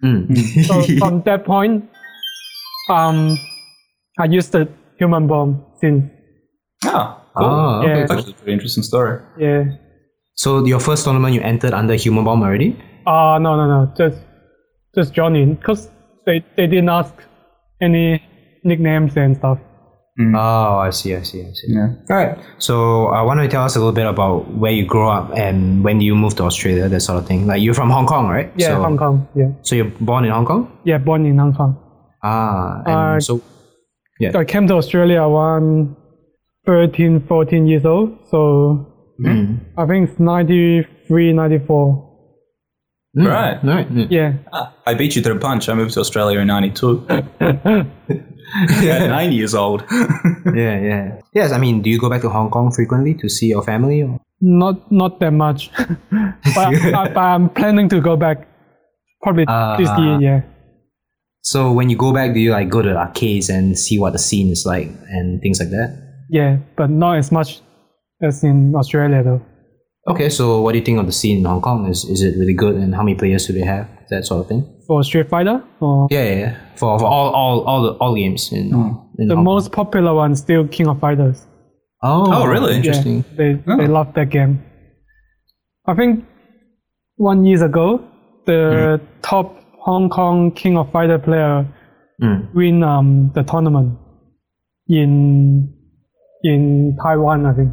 Hmm. So from that point, um, I used the human bomb since. Oh, cool. Oh, okay. Yeah. That's actually a pretty interesting story. Yeah. So your first tournament you entered under Human Bomb already? Uh, no, no, no. Just, just join in. Cause they, they didn't ask any nicknames and stuff. Oh, I see, I see, I see. All right. So, uh, why don't you tell us a little bit about where you grew up and when you moved to Australia, that sort of thing? Like, you're from Hong Kong, right? Yeah, so, Hong Kong. Yeah. So, you're born in Hong Kong? Yeah, born in Hong Kong. Ah, and Uh, so, I came to Australia when 13, 14 years old. So mm, I think it's 93, 94. Mm, Right. right. mm. Yeah. Ah, I beat you to the punch. I moved to Australia in 92. At nine years old. Yeah, yeah. Yes, I mean, do you go back to Hong Kong frequently to see your family? Or? Not not that much. but, but, but I'm planning to go back probably this Ah. year. Yeah. So, when you go back, do you like go to arcades and see what the scene is like and things like that? Yeah. But not as much as in Australia though. Okay, so what do you think of the scene in Hong Kong? Is is it really good, and how many players do they have? That sort of thing. For Street Fighter, or Yeah, yeah, yeah. For, for all all all the all games in, in the Hong Kong. most popular one is still King of Fighters. Oh, Oh, really? Interesting. Yeah, they they love that game. I think one years ago, the top Hong Kong King of Fighter player Mm. win um, the tournament in in Taiwan, I think.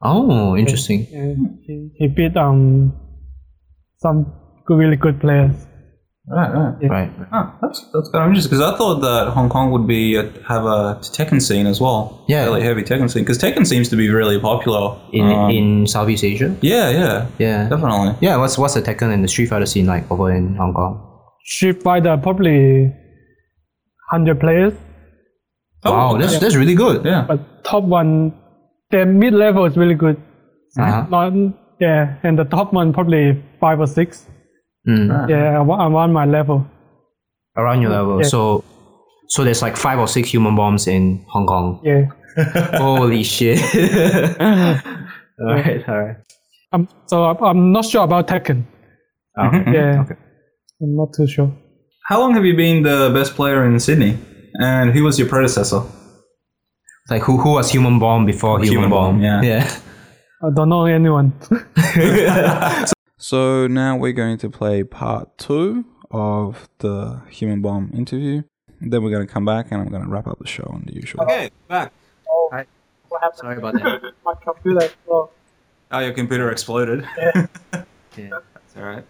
Oh, interesting. Yeah, he, he beat um some good, really good players. Right, right. Right. Oh, that's that's kind of interesting because I thought that Hong Kong would be uh, have a Tekken scene as well. Yeah. really heavy Tekken scene because Tekken seems to be really popular. In Um, in Southeast Asia. yeah, yeah, Yeah. definitely. Yeah. What's what's the Tekken and the Street Fighter scene like over in Hong Kong? Street Fighter probably hundred players, Oh, wow, okay. that's that's really good. yeah. but top one, their mid level is really good. Uh-huh. Not, yeah, and the top one probably five or six. Mm. Yeah, I'm, I'm on my level. Around your level. Yeah. So so there's like five or six human bombs in Hong Kong. Yeah, Holy shit. all right. All right. I'm, Um, so I'm, I'm not sure about Tekken. Okay. Yeah, Okay. I'm not too sure. Mm-hmm. How long have you been the best player in Sydney? And who was your predecessor? Like who who was human bomb before human, Human Bomb, bomb? yeah. Yeah. I don't know anyone. So now we're going to play part two of the Human Bomb interview. Then we're going to come back and I'm going to wrap up the show on the usual. Okay, back. what happened? Sorry about that. My computer. Well, Oh, your computer exploded. Yeah. It's all right.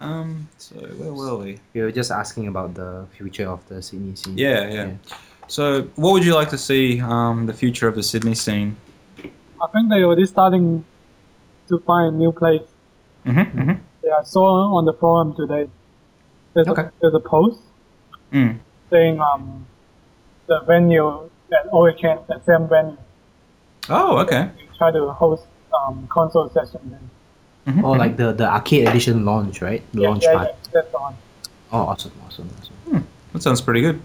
Um, so where were we? You were just asking about the future of the Sydney scene. Yeah, yeah. So, what would you like to see um, the future of the Sydney scene? I think they already starting to find new place. Mm-hmm, mm-hmm. Yeah, I saw on the forum today. There's, Okay. a, there's a post Mm. saying um the venue at OHN, the same venue. Oh, okay. try to host um, console sessions. And, Or like the, the arcade edition launch, right? The yeah, launch yeah, part. yeah, that's the one. Oh, awesome, awesome, awesome. Hmm, That sounds pretty good.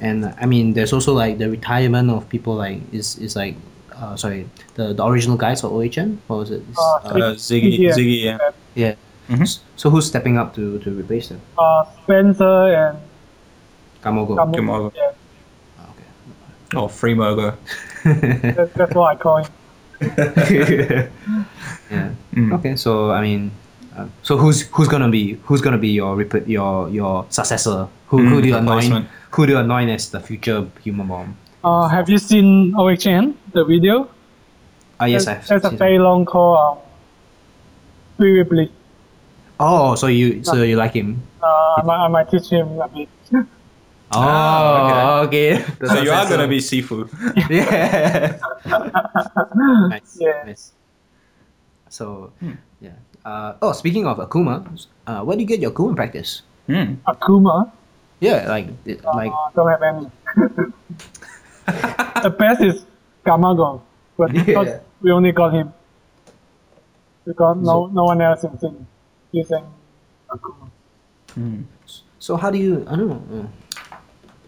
And uh, I mean, there's also like the retirement of people like is is like, uh, sorry, the, the original guys for OHM. What was it? It's, Uh, uh, Uh, Ziggy, Yeah. Ziggy, yeah. yeah. Mhm. So who's stepping up to, to replace them? Uh, Spencer and Kamogo. Kamu. Come over. Yeah, Ah, okay. Oh, Free Mogo. that, that's what I call him. yeah. Mm. Okay. So I mean, uh, so who's who's gonna be who's gonna be your rep- your your successor? Who Mm, who do you anoint? replacement. Who do you anoint as the future human bomb? Uh, have you seen OHN, the video? Ah yes, I've There's, there's a seen- very long call. Um, previously, Oh, so you so you like him? uh, I, might, I might teach him a bit. Oh, Ah, okay. So you are going to be Sifu. yeah. nice, Yeah. nice. So, yeah. Uh, oh, speaking of Akuma, uh, where do you get your Akuma practice? Hmm. Akuma, Yeah, like it- uh, like don't have any. the best is Gamago, but because Yeah. we only got him. We got no, no one else in Sydney using Akuma. so. How do you? I don't know. uh,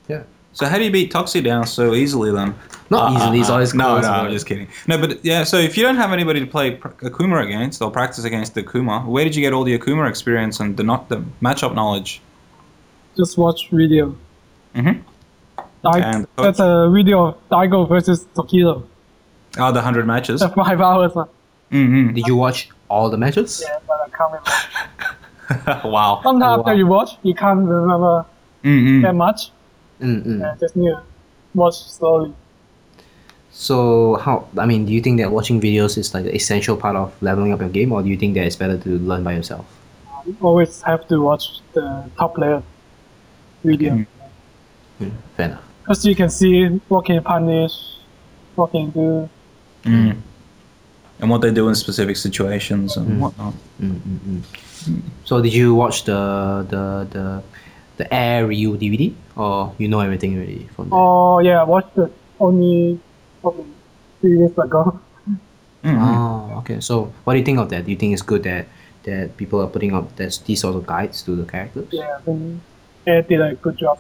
Yeah, So how do you beat Toxie down so easily then? not easily. It's always Ah, no, close, no, but- I'm just kidding. No, but yeah. So if you don't have anybody to play pr- Akuma against or practice against the Akuma, where did you get all the Akuma experience and the not the matchup knowledge? Just watch video. Mhm. Dai- And- that's a video of Daigo versus Tokiro. Oh, the hundred matches. The five hours one. Mm-hmm. Did you watch all the matches? Yeah, but I can't remember. wow. Sometimes Wow. after you watch, you can't remember Mm-hmm. that much. Mm-mm. Yeah, just need to watch slowly. So how? I mean, do you think that watching videos is like an essential part of leveling up your game, or do you think that it's better to learn by yourself? You always have to watch the top player video. Hmm. Mm, Fair enough. Because you can see what can you punish, what can you do. mm-hmm. And what they do in specific situations and whatnot. So did you watch the the the the Air Ryu DVD, or you know everything already from there? Oh yeah, I watched it only probably three years ago. Oh, okay. So what do you think of that? Do you think it's good that that people are putting up that these sort of guides to the characters? Yeah, I think Ed did a good job.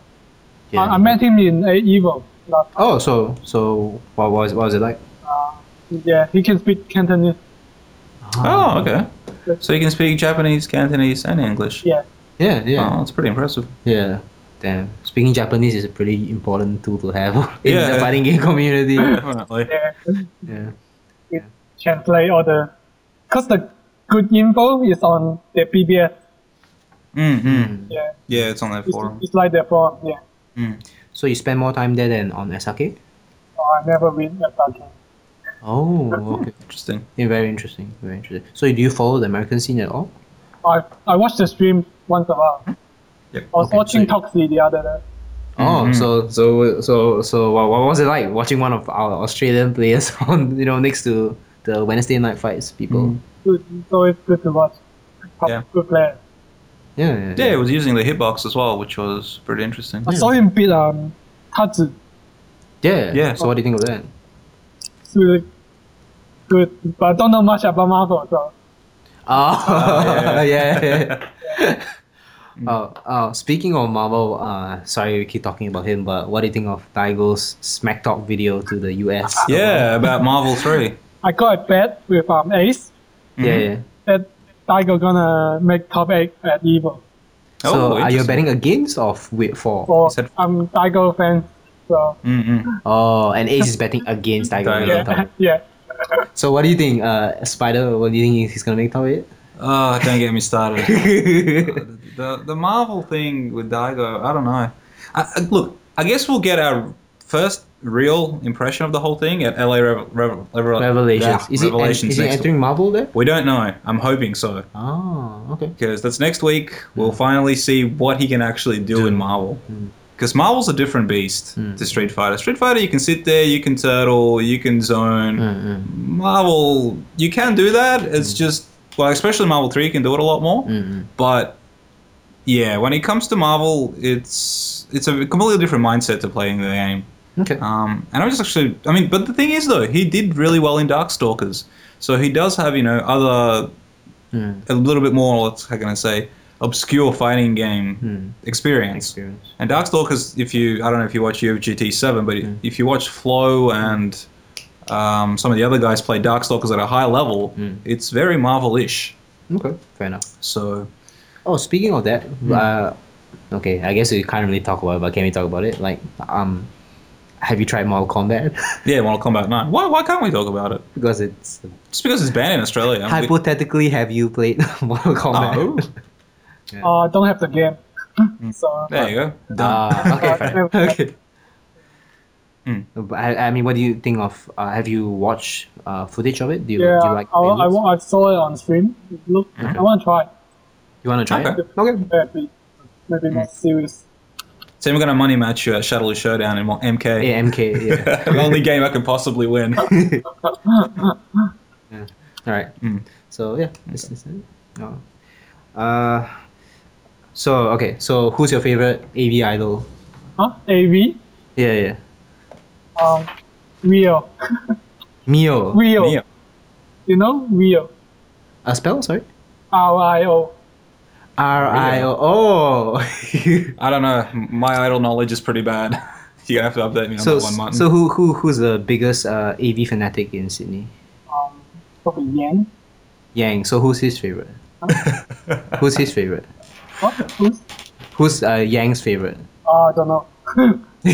Yeah. I, I met him in A Evo last Oh, so so what was what was it like? Yeah, he can speak Cantonese. Oh, okay. So you can speak Japanese, Cantonese, and English. Yeah. Yeah, yeah, Oh, that's pretty impressive. yeah. Damn, speaking Japanese is a pretty important tool to have in the Yeah. fighting game community. Definitely. Yeah. yeah. Translate all the. Because the good info is on the PBS. Mm-hmm. Yeah. Yeah, it's on that It's, forum. it's like their forum. Yeah. So you spend more time there than on SRK? Oh, I never read about him. Oh, okay. Interesting. Yeah, very interesting. Very interesting. So do you follow the American scene at all? I I watch the stream once a while. Yep. I was Okay, watching so- Toxie the other day. Oh, so so so so what, what was it like watching one of our Australian players on you know next to the Wednesday night fights people? Good, it's always good to watch. Top Yeah. Good player. Yeah, yeah, Yeah, it was using the hitbox as well, which was pretty interesting. I saw him beat um Tatsu. yeah. Yeah. So what do you think of that? It's really good, but I don't know much about Marvel. So Oh, yeah. yeah. Oh, oh, speaking of Marvel, uh, sorry we keep talking about him, but what do you think of Daigo's smack talk video to the US? Yeah, about Marvel 3. I got a bet with um Ace mm-hmm. yeah, yeah. that Daigo gonna make top eight at Oh, Evo. So are you interesting. betting against or with for? Or He said- I'm Daigo fan. So Mm-mm. Oh, and Ace is betting against Daigo. Daigo. making top yeah, eight. yeah. So what do you think, uh, Spider? What do you think he's gonna make top eight? Oh, don't get me started. the the Marvel thing with Daigo, I don't know. I, I- look, I guess we'll get our first real impression of the whole thing at LA Revel, Revel, Revel- Revelations. Yeah, is it Revelations is it next entering Marvel there? week. We don't know. I'm hoping so Oh, okay. because that's next week. We'll finally see what he can actually do in Marvel. Because Marvel's a different beast to Street Fighter. Street Fighter, you can sit there, you can turtle, you can zone. Marvel, you can do that. It's just well, especially Marvel Three, you can do it a lot more. But yeah, when it comes to Marvel, it's it's a completely different mindset to playing the game. Okay. Um, and I was actually, I mean, but the thing is though, he did really well in Darkstalkers, so he does have you know other a little bit more. What's how can I say? Obscure fighting game experience. Experience. And Darkstalkers, if you, I don't know if you watch UFGT Seven, but if you watch Flo and um, some of the other guys play Darkstalkers at a high level, it's very Marvel-ish. Okay. Fair enough. So Oh, speaking of that, Hmm. uh, okay, I guess we can't really talk about it, but can we talk about it? Like, um, have you tried Mortal Kombat? yeah, Mortal Kombat Nine. Why, why can't we talk about it? because it's Just because it's banned in Australia. I mean, we- hypothetically, have you played Mortal Kombat? No. Uh, I don't have the game. so There you go. Ah, okay, fair. uh, okay. Hmm. But I, I mean, what do you think of? Uh, have you watched uh, footage of it? Do you, yeah, do you like? I, the I, looks? wa- I saw it on stream. It looked, I want to try. you want to try Okay. it? Okay. Maybe, maybe more serious. So we're going to money match you at Shuttle Showdown in Mo- MK. Yeah, MK. Yeah. the only game I can possibly win. All right. Mm. So yeah, this is it. Oh. Uh, so okay. So who's your favorite AV idol? Huh? AV? Yeah, yeah. Um, Rio. Mio. Rio. Neo. You know? Rio. A spell? Sorry. R I O. R I O. Oh. I don't know. My idol knowledge is pretty bad. You're going to have to update me on so that one, Martin. so who who who's the biggest uh, AV fanatic in Sydney? Um, probably Yan. Yang. So who's his favorite? who's his favorite? What? Who's? Who's uh, Yang's favorite? Uh, I don't know. oh,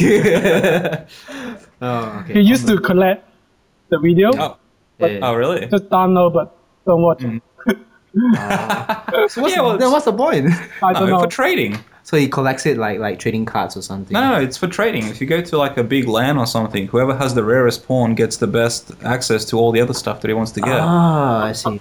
okay. he used to collect the video. oh, Yeah. oh, really? Just download, but don't watch it. So Yeah, what's, well, the, then what's the point? I Ah, No, don't know. for trading. so he collects it like like trading cards or something. No, no, it's for trading. If you go to like a big LAN or something, whoever has the rarest pawn gets the best access to all the other stuff that he wants to get. Ah, I see.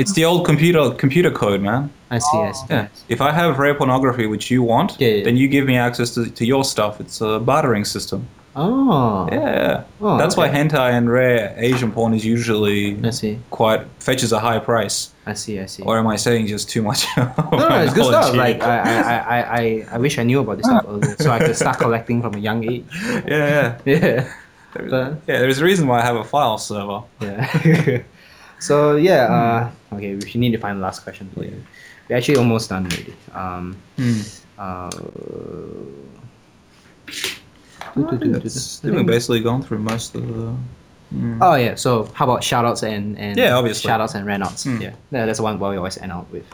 It's the old computer computer code, man. I see. I see. Yeah. If I have rare pornography, which you want, Yeah, yeah. then you give me access to, to your stuff. It's a bartering system. Oh, Yeah, yeah. Oh, That's okay. why hentai and rare Asian porn is usually I see. quite fetches a high price. I see. I see. Or am I saying just too much? no, no, no, it's good stuff. Like I, I, I, I, I wish I knew about this stuff earlier, so I could start collecting from a young age. yeah, yeah. Yeah. But- Yeah, there's a reason why I have a file server. Yeah. so yeah. Hmm. Uh, okay, we should need to find the last question for you. We're actually almost done already. Um, Hmm. uh, It's- We've basically gone through most of the. oh yeah. So how about shoutouts and and Hmm. Yeah, obviously. Hmm. shoutouts and ranouts. Yeah. yeah, that's the one what we always end out with.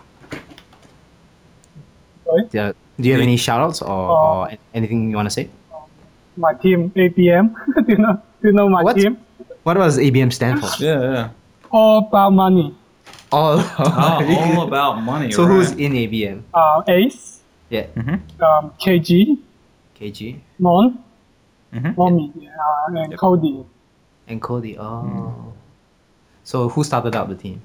Sorry? Yeah. Do you have any shoutouts or, Uh, or anything you want to say? My team, APM. do you know? Do you know my What? team? What does ABM stand for? Yeah, yeah. All about money. Ah, All. Oh, all about money. so right. who's in ABM? Uh, Ace. Yeah. Um, KG. KG Mon. Mhm. Mommy. Yeah, uh, and Cody. and Cody. Oh. So who started up the team?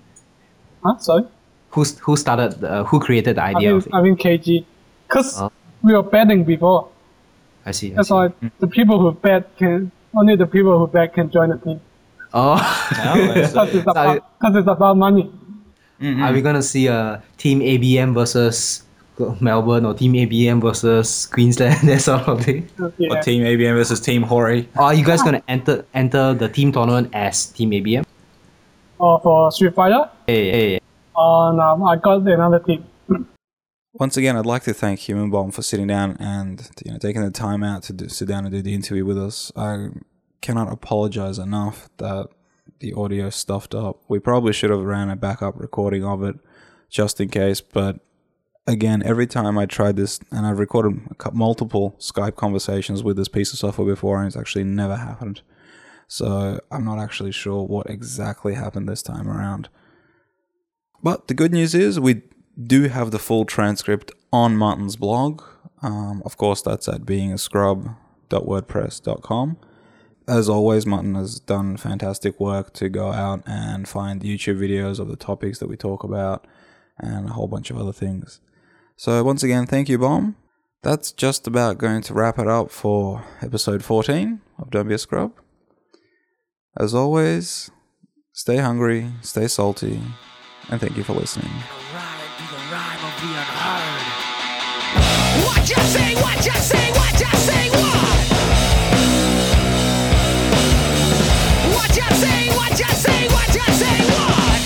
Huh? Sorry. who who started uh, who created the I idea mean, of it? I mean KG. Cause Oh. we were betting before. I see. I That's see. why the people who bet can only the people who bet can join the team. Oh, Oh, it's, Because it's uh, Sorry. about because it's about money. are we gonna see a team ABM versus Melbourne or team ABM versus Queensland that sort of thing? Yeah. what, Team ABM versus Team Hori. Or are you guys gonna enter enter the team tournament as team ABM? Or for Street Fighter. Hey, hey, hey. On um, I got another team. Once again, I'd like to thank Human Bomb for sitting down and you know taking the time out to do, sit down and do the interview with us. I cannot apologize enough that the audio stuffed up. We probably should have ran a backup recording of it just in case, but again, every time I tried this, and I've recorded a cou- multiple Skype conversations with this piece of software before, and it's actually never happened. So I'm not actually sure what exactly happened this time around. But the good news is we do have the full transcript on Martin's blog. Um, of course, that's at beingascrub.wordpress.com. As always, Martin has done fantastic work to go out and find YouTube videos of the topics that we talk about and a whole bunch of other things. So, once again, thank you, Bomb. That's just about going to wrap it up for episode 14 of Don't Be a Scrub. As always, stay hungry, stay salty, and thank you for listening. What you say, what you say, what you say, what? you say, what you say, what you say, what?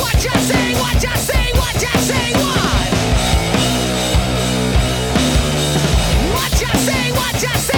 What you say, what you say, what you say, what? What you say, what you say.